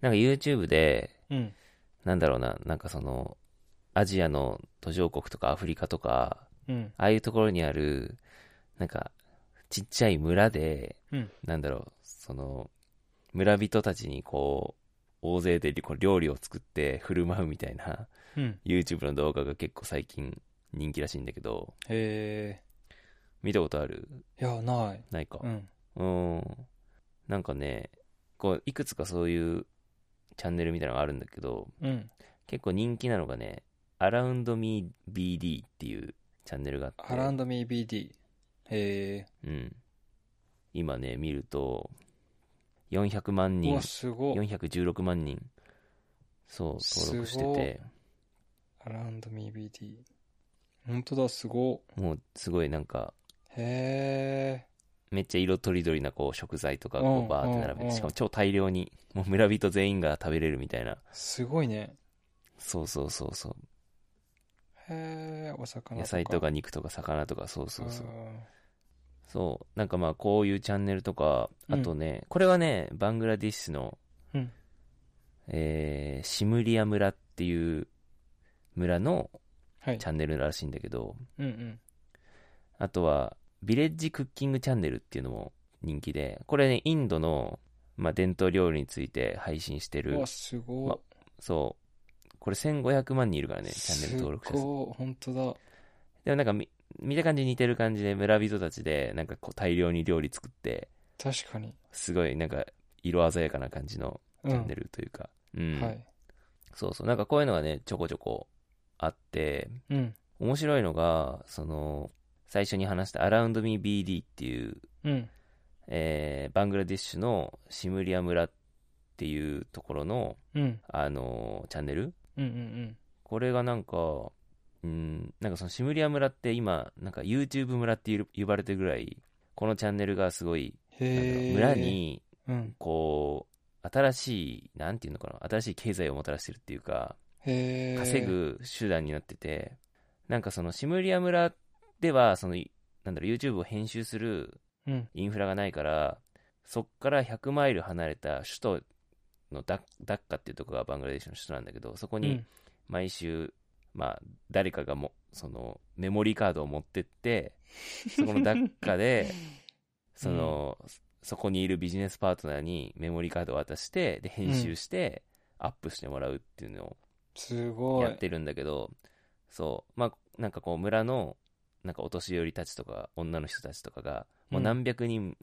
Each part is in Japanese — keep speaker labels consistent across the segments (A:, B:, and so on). A: なんか YouTube で、
B: うん。
A: なんだろうな、なんかその、アジアの途上国とかアフリカとか、
B: うん。
A: ああいうところにある、なんか、ちっちゃい村で、
B: うん
A: なんだろう、その、村人たちにこう、大勢でこう料理を作って振る舞うみたいな
B: うん。
A: YouTube の動画が結構最近人気らしいんだけど、
B: へ
A: 見たことある
B: え。いや、ない。
A: ないか。
B: うん。
A: うん。なんかね、こう、いくつかそういうチャンネルみたいなのがあるんだけど、
B: うん。
A: 結構人気なのがね、アラウンドミー BD っていうチャンネルがあって、
B: アランドミー BD。へ
A: うん。今ね、見ると、400万
B: え。う
A: 人
B: わ、、すごい。
A: 416万人、そう、登録してて、
B: アランドミー BD。ほんとだ、すご
A: もうすごいなんか、
B: い。へえ。
A: めっちゃ色とりどりなこう食材とか
B: う
A: こ
B: ん
A: うバーって並べ
B: うん
A: て、しかも超大量に、もう村人全員が食べれるみたいな。
B: すごいね。
A: そうそうそうそう。
B: へえ、お魚とか。
A: 野菜とか肉とか魚とか、そうそうそうう。
B: ん。
A: そう。なんかまあ、こういうチャンネルとか、あとね、これはね、バングラディッシュの、
B: うん
A: えーシムリア村っていう村の
B: はい
A: チ。ャンネルらしいんだけど、
B: うんうん。
A: あとは、ビレッジクッキングチャンネルっていうのも人気で、これね、インドの、まあ、伝統料理について配信して
B: う
A: る
B: わ、、すごい
A: ま。そう。これ1500万人いるからね、チャンネル登録者数
B: すごい、ほんとだ。
A: でもなんかみ見た感じ似てる感じで村人たちでなんかこう大量に料理作って
B: 確かに。
A: すごいなんか色鮮やかな感じの
B: う
A: チャン
B: ん
A: ネ。ルというか、うん
B: はい。
A: そうそうなんかこういうのがねちょこちょこあって
B: うん。
A: 面白いのがその最初に話した「アラウンド・ミー・ BD」っていう、
B: うん。
A: えーバングラディッシュのシムリア村っていうところの、
B: うん。
A: あのーチャンネル
B: うんうん
A: これがなんかうんなんかそのシムリア村って今なんか YouTube 村っていう呼ばれてるぐらいこのチャンネルがすごい
B: う
A: なん
B: ん。
A: だろ
B: へ
A: う
B: え。
A: 村。に
B: うん。
A: こう新しいなんていうのかな新しい経済をもたらしてるっていうか
B: へえ。
A: 稼。ぐ手段になっててなんかそのシムリア村ではそのなんだろう YouTube を編集する
B: うん。
A: インフラがないからそっから100マイル離れた首都のダッダッカっていうところがバングラデシュの首都なんだけどそこに
B: うん
A: 毎週、まあ、誰かがもそのメモリーカードを持ってってそこのダッカでその、そこにいるビジネスパートナーにメモリーカードを渡してで編集して、アップしてもらうっていうの
B: す
A: を
B: ご
A: やっ
B: い。
A: てるんだけどそうまあなんかこう村のなんかお年寄りたちとか女の人たちとかがもう何百人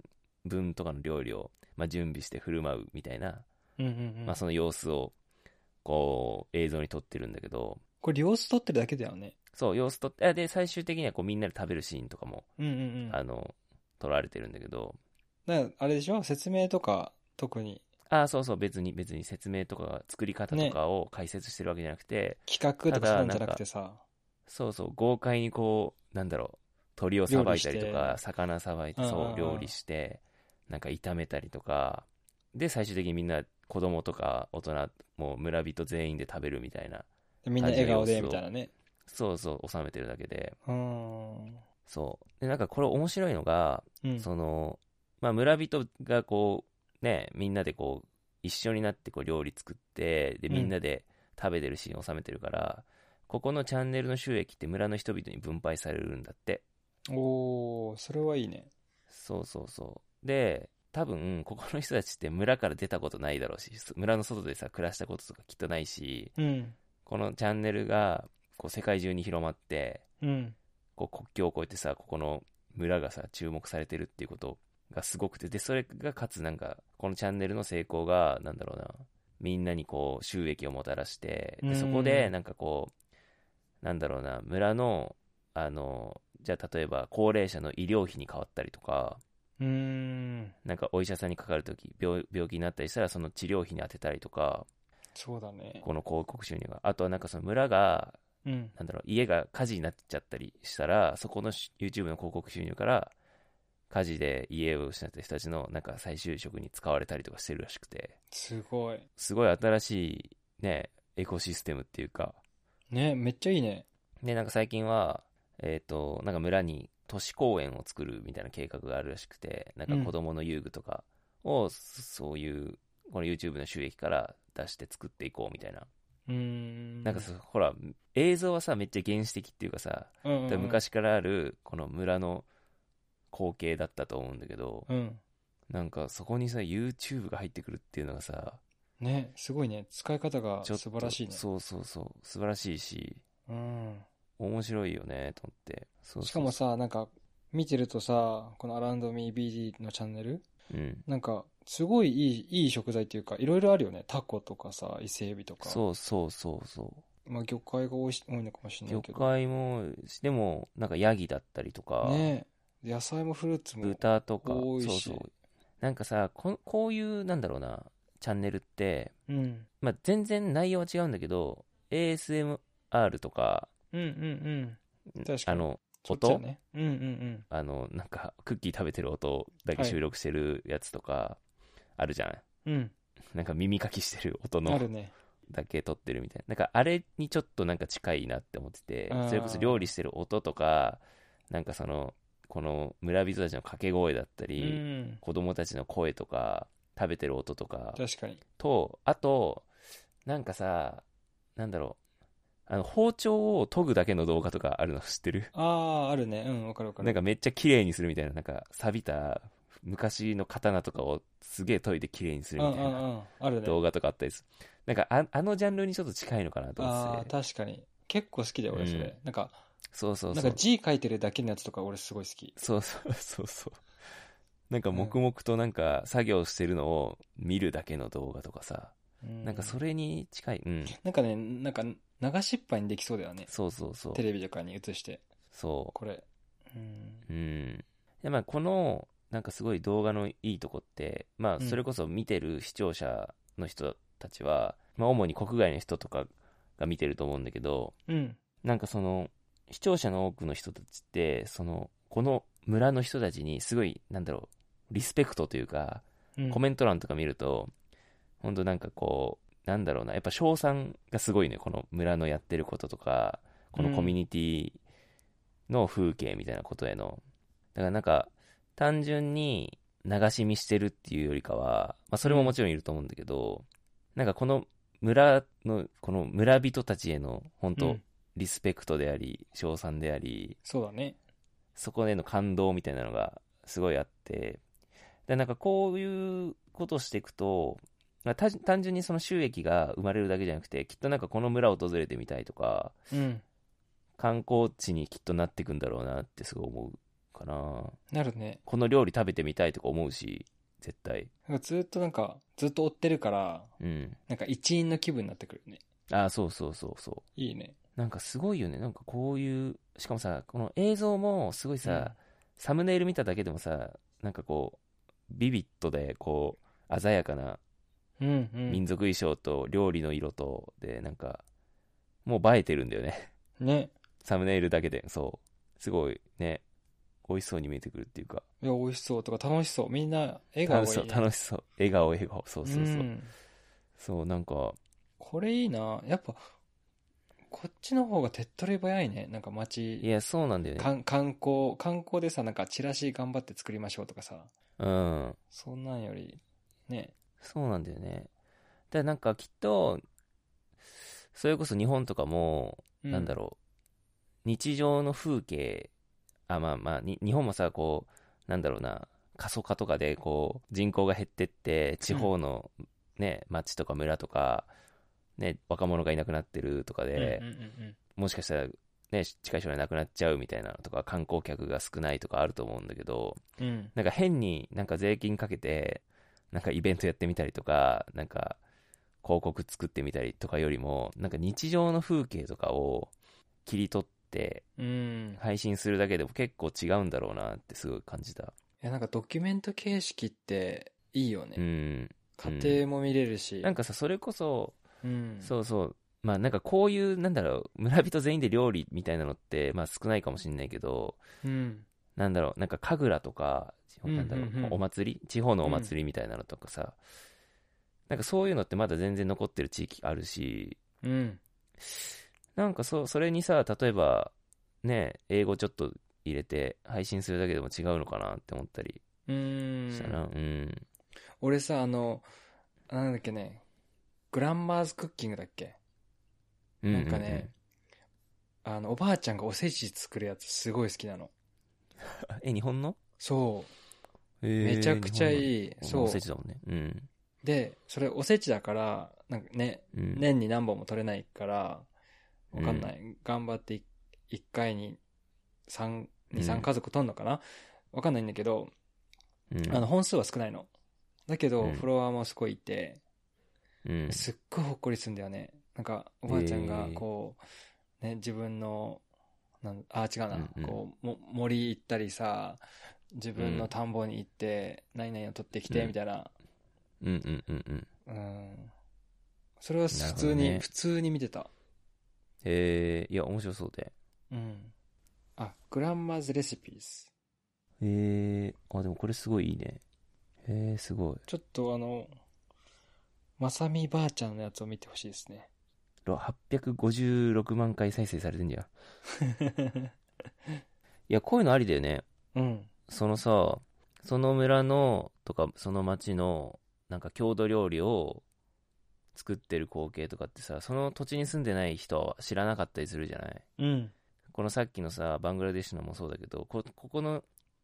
A: 分とかの料理を、まあ、準備して振る舞うみたいな、
B: うんうんうん。
A: まあ、その様子をこう映像に撮ってるんだけど、
B: これ、様子取ってるだけだよね。
A: そう、様子撮って、あで、最終的にはこうみんなで食べるシーンとかも、
B: うんうんうん。
A: あの、撮られてるんだけど、
B: だからあれでしょ説明とか、特に。
A: あそうそう、別に、別に説明とか、作り方とかを解説してるわけじゃなくて、
B: 企画
A: た
B: とか
A: だ
B: そういうんじゃなくてさ。
A: そうそう、豪快にこう、なんだろう、鳥をさばいたりと
B: 料理
A: か
B: し、
A: 魚さばいて、
B: うんうん
A: そ
B: うん
A: う、料理して、なんか炒めたりとか、で、最終的にみんな、子供とか大人、もう村人全員で食べるみたいな、
B: みんな笑顔で、
A: 家事の様子を
B: みたいなね。
A: そうそう、収めてるだけで、
B: うーん。
A: そう。で、なんかこれ面白いのが、
B: うん。
A: その、まあ、村人がこう、ね、みんなでこう、一緒になってこう料理作って、で、
B: うん
A: みんなで食べてるシーンを収めてるから、ここのチャンネルの収益って村の人々に分配されるんだって。
B: おー、それはいいね。
A: そうそうそう。で、多分、ここの人たちって村から出たことないだろうし、村の外でさ、暮らしたこととかきっとないし、
B: うん。
A: このチャンネルが、こう、世界中に広まって、
B: うん。
A: こう国境を越えてさここの村がさ注目されてるっていうことがすごくてでそれがかつなんかこのチャンネルの成功がなんだろうなみんなにこう収益をもたらして
B: うん
A: でそこでなんかこうなんだろうな村のあのじゃあ例えば高齢者の医療費に変わったりとか
B: うーん。
A: なんかお医者さんにかかるとき病病気になったりしたらその治療費に当てたりとか
B: そうだね。
A: この広告収入があとはなんかその村が
B: うん。
A: なんだろう、家が火事になっちゃったりしたら、そこのし YouTube の広告収入から、火事で家を失った人たちの、なんか再就職に使われたりとかしてるらしくて、
B: すごい。
A: すごい新しい、ね、エコシステムっていうか、
B: ね、めっちゃいいね。
A: で、なんか最近は、えっ、と、なんか村に都市公園を作るみたいな計画があるらしくて、なんか子供の遊具とかを、そそういうこの YouTube の収益から出して作っていこうみたいな。
B: うーん。
A: なんかそほら、映像はさ、めっちゃ原始的っていうかさ、
B: うんうんうん、
A: 昔からあるこの村の光景だったと思うんだけど、
B: うん。
A: なんかそこにさ、YouTube が入ってくるっていうのがさ、
B: ね、すごいね。使い方が
A: ちょ
B: 素
A: っと
B: 晴らしいね。
A: そうそうそう、素晴らしいし、
B: うん。
A: 面白いよね、と思って。そうそうそう
B: しかも、さ、なんか、見てるとさ、このアラウンドミー BD のチャンネル、
A: うん。
B: なんか、すごいいい、いい食材っていうか、いろいろあるよね。タコとかさ、伊勢エビとか。
A: そうそうそうそう。
B: まあ、魚介が多いし多いのかもしれな
A: 魚
B: いけど。
A: 介も、でも、なんかヤギだったりとか、
B: ねで野菜もフルーツも。
A: 豚とか、
B: 多い
A: そう
B: し
A: そう。なんかさこ、こういう、なんだろうな、チャンネルって、
B: うん。
A: まあ、全然内容は違うんだけど、ASMR とか、
B: うんうんうん。確か
A: あ
B: に。
A: の、
B: そっちだ
A: 音、
B: ね。うんうんうん。
A: あの、なんか、クッキー食べてる音だけ収録してるやつとか、あるじゃん。
B: うん。
A: なんか耳かきしてる音の
B: あるね。
A: だけ撮ってるみたいな。なんか、あれにちょっとなんか近いなって思ってて
B: あー、
A: それこそ料理してる音とか、なんかその、この村人たちの掛け声だった
B: う
A: り、
B: ん。
A: 子供たちの声とか、食べてる音とか、
B: 確かに。
A: と、あと、なんかさ、なんだろう、あの、包丁を研ぐだけの動画とかあるの知ってる
B: ああ、あるね。うん、わかるわかる。
A: なんかめっちゃ綺麗にするみたいな、なんか錆びた昔の刀とかをすげえ研いで綺麗にする
B: う
A: み
B: ん
A: た
B: う
A: い
B: ん
A: な
B: うん。あるね。
A: 動画とかあったりする。なんかああのジャンルにちょっと近いのかなと思
B: あ
A: って
B: あ、
A: て。
B: 確かに。結構好きだよ、俺それ。
A: うん
B: なんか、
A: そうそう
B: な
A: そ
B: んか
A: う。
B: 字書いてるだけのやつとか俺すごい好き。
A: そうそうそうそう。なんか黙々となんか作業してるのを見るだけの動画とかさ。
B: うん
A: なんかそれに近い。うん。
B: なんかね、なんか流しっぱいにできそうだよね。
A: そうそうそう
B: テ。レビとかに映して、
A: そう。
B: これ。うん。
A: うん。で、まあ、この、なんかすごい動画のいいとこって、まあ、
B: うん
A: それこそ見てる視聴者の人たちは、まあ、主に国外の人とかが見てると思うんだけど、
B: うん。
A: なんかその、視聴者の多くの人たちって、その、この村の人たちにすごい、なんだろう、リスペクトというか、
B: うん
A: コメント欄とか見ると、ほんとなんかこう、なんだろうな、やっぱ称賛がすごいね、この村のやってることとか、このコミュニティの風景みたいなことへの。だからなんか、単純に流し見してるっていうよりかは、まあそれももちろんいると思うんだけど、なんかこの村の、この村人たちへの、本
B: う
A: 当
B: ん
A: リスペクトであり、称賛であり、
B: そうだね。
A: そこへの感動みたいなのがすごいあって、でなんかこういうことをしていくと、まあ、た単純にその収益が生まれるだけじゃなくて、きっとなんかこの村を訪れてみたいとか、
B: うん。
A: 観光地にきっとなっていくんだろうなってすごい思うかな。
B: なるね。
A: この料理食べてみたいとか思うし、絶対。
B: なんかずっとなんか、ずっと追ってるから、
A: うん。
B: なんか一員の気分になってくるよね。
A: ああ、そうそうそうそう。
B: いいね。
A: なんかすごいよね。なんかこういう、しかもさ、この映像もすごいさ、サムネイル見ただけでもさ、なんかこう、ビビットで、こう、鮮やかな
B: うん、うん、
A: 民族衣装と料理の色とでなんかもう映えてるんだよね
B: うん。ね。
A: サムネイルだけでそうすごいね美味しそうに見えてくるっていうか
B: いや、美味しそうとか楽しそう。みんな、笑顔
A: 楽
B: が
A: し
B: いい
A: そう
B: ね、
A: 楽しそう笑顔笑顔そうそうそう、
B: ん
A: そうなんか
B: これいいな。やっぱ、こっちの方が手っ取り早いね。なんか
A: い
B: 街、
A: やそうなんだよ
B: か
A: ね
B: ん観光、観光でさ、なんかチラシ頑張って作りましょうとかさ、
A: うん
B: そんなんより、ね。
A: そうなんだよねだからなんかきっとそれこそ日本とかも
B: う
A: なんだろう、日常の風景、あ、まあまあ、に日本もさ、こう、なんだろうな、過疎化とかで、こう、人口が減ってって、地方の、ね、町とか村とか、ね、若者がいなくなってるとか
B: うんうん
A: で、
B: うん
A: もしかしたら、ね、近い将来なくなっちゃうみたいなのとか、観光客が少ないとかあると思うんだけど、
B: うん。うん。
A: なんか変になんか税金かけて、なんかイベントやってみたりとか、なんか広告作ってみたりとかよりも、なんか日常の風景とかを切り取って
B: うん。
A: 配信するだけでも結構違うんだろうなってすごい感じた。
B: いや、なんかドキュメント形式っていいよね。
A: うん。
B: 家庭も見れるし。
A: なんかさ、それこそ、
B: うん。
A: そうそう、まあなんかこういう、なんだろう、村人全員で料理みたいなのって、まあ少ないかもしれないけど、
B: うん。
A: なんだろう、なんか神楽とか、
B: うん
A: なんだろう
B: うんうん、
A: お祭り地方のお祭りみたいなのとかさ、なんかそういうのってまだ全然残ってる地域あるし、
B: うん。
A: なんかそそれにさ、例えば、ね、英語ちょっと入れて配信するだけでも違うのかなって思ったり
B: うん。
A: したな。うん。
B: 俺さ、あの、なんだっけね、グランマーズクッキングだっけ
A: うんう
B: な
A: うん
B: かね、あの、おばあちゃんがおせち作るやつすごい好きなの。
A: あ え日本の
B: そう。
A: め
B: めちゃくちゃ
A: い
B: いい。そ
A: お
B: う。
A: せちだもんねうん
B: で、それおせちだから、なんかね、
A: うん
B: 年に何本も取れないから、わかんな
A: う
B: い。頑張ってい一回に三
A: う
B: 二
A: ん
B: 三家族取んのかなわかんないんだけど、
A: うん
B: あの、本数は少ないの。だけど、
A: うん
B: フォロワーもすごいいて、
A: うん
B: すっごいほっこりするんだよね。なんか、おばあちゃんが
A: へー、
B: こう、ね、自分の、なんあ、違うな、
A: うんうん
B: こう、も森行ったりさ、自分の田んぼに行って、何々を取ってきて、
A: うん
B: みたいな。
A: うんうんうんうん
B: うん。それは普
A: なる
B: 通
A: ほど
B: に、
A: ね
B: 普通に見てた。
A: えー、いや面白そうで
B: うん。あ、グランマーズレシピーズ。
A: えー、あでもこれすごいいいねえー、すごい
B: ちょっとあの、まさみばあちゃんのやつを見てほしいで すね。
A: ろ856万回再生されてんじゃんいやこういうのありだよね
B: うん。
A: そのさその村のとかその町のなんか郷土料理を作ってる光景とかってさその土地に住んでない人は知らなかったりするじゃない
B: うん。
A: このさっきのさバングラデシュのもそうだけどこここの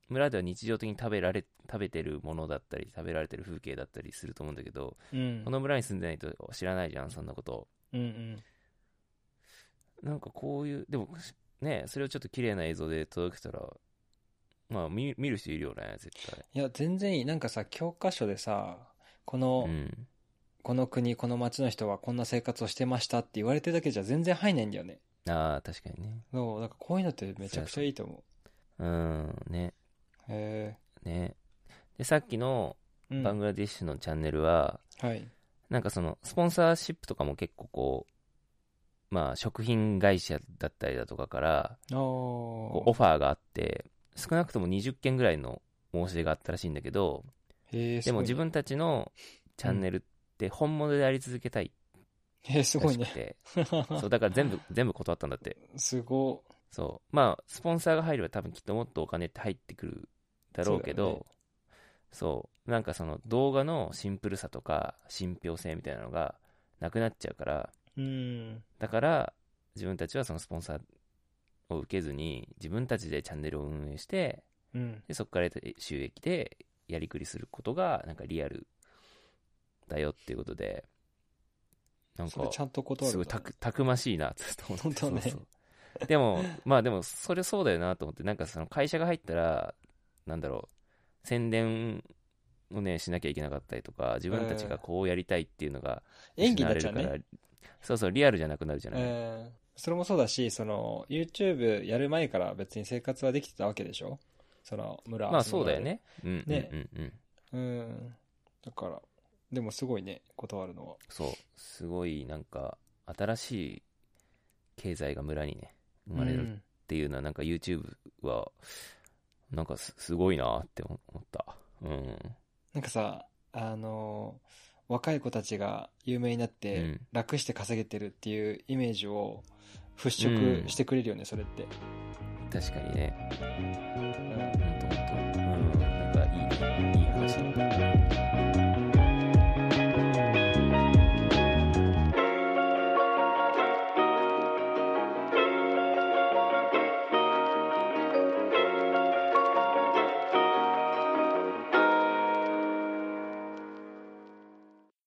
A: 村では日常的に食べられ食べてるものだったり食べられてる風景だったりすると思うんだけど、
B: うん。
A: この村に住んでないと知らないじゃんそんなこと
B: うんうん。
A: なんかこういうでもしねそれをちょっと綺麗な映像で届けたらまあ見見る人いるよね絶対
B: いや、全然いい。なんかさ、教科書でさ、この、
A: うん
B: この国、この町の人はこんな生活をしてましたって言われてるだけじゃ全然入んないんだよね。
A: ああ確かにね
B: そう、なんかこういうのってめちゃくちゃいいと思
A: うんね
B: う。へ
A: ねでさっきの
B: え。う
A: バン
B: ん。
A: グラデシュのチャンネルは、
B: はい。
A: なんかその、スポンサーシップとかも結構こう、まあ、食品会社だったりだとかから、
B: あ
A: こうオ
B: ー。
A: ファーがあって、少なくとも20件ぐらいの申し出があったらしいんだけど、
B: へえ、す
A: でも
B: ごいね。
A: 自分たちのチャンネルって本物であり続けたい
B: へえ、す
A: ら
B: ごい
A: し
B: ね
A: く。て、 そう、だから全部、全部断ったんだって。
B: すご
A: そう。まあ、スポンサーが入れば多分きっともっとお金って入ってくるだろうけ
B: そうだよ
A: ど、そう。なんかその動画のシンプルさとか信憑性みたいなのがなくなっちゃうから、
B: い。うん。
A: だから自分たちはそのスポンサーを受けずに自分たちでチャンネルを運営して
B: うん。
A: でそこから得た収益でやりくりすることがなんかリアルだよっていうことでなん
B: それ
A: か
B: ちゃんと断る
A: す
B: ん
A: ご
B: だ。
A: いたくたくましいな って思って
B: 本当ね
A: そうそうでも まあでもそれそうだよなと思ってなんかその会社が入ったらなんだろう宣伝をねしなきゃいけなかったりとか自分たちがこうやりたいっていうのが
B: 演技
A: 失わ
B: になっ
A: れ
B: ちゃ
A: る
B: う
A: から、
B: ね。
A: そうそうリアルじゃなくなるじゃない、
B: うん。それもそうだし、その、YouTube やる前から別に生活はできてたわけでしょその、村。
A: まあ
B: その
A: そうだよね。うんうん
B: ね
A: うんうん。
B: うん。だから、でもすごいね、断るのは。
A: そう。すごいなんか新しい経済が村にね、生まれるっていうのはなんか YouTube はなんかすすごいなって思った。うん。
B: なんかさ、あのー若い子たちが有名になっ
A: う
B: て
A: ん、
B: 楽して稼げてるっていうイメージを払拭してくれるよね、それって。
A: 確かにね。
B: うん
A: ほんとほんと。うん。なんかいい、いい話。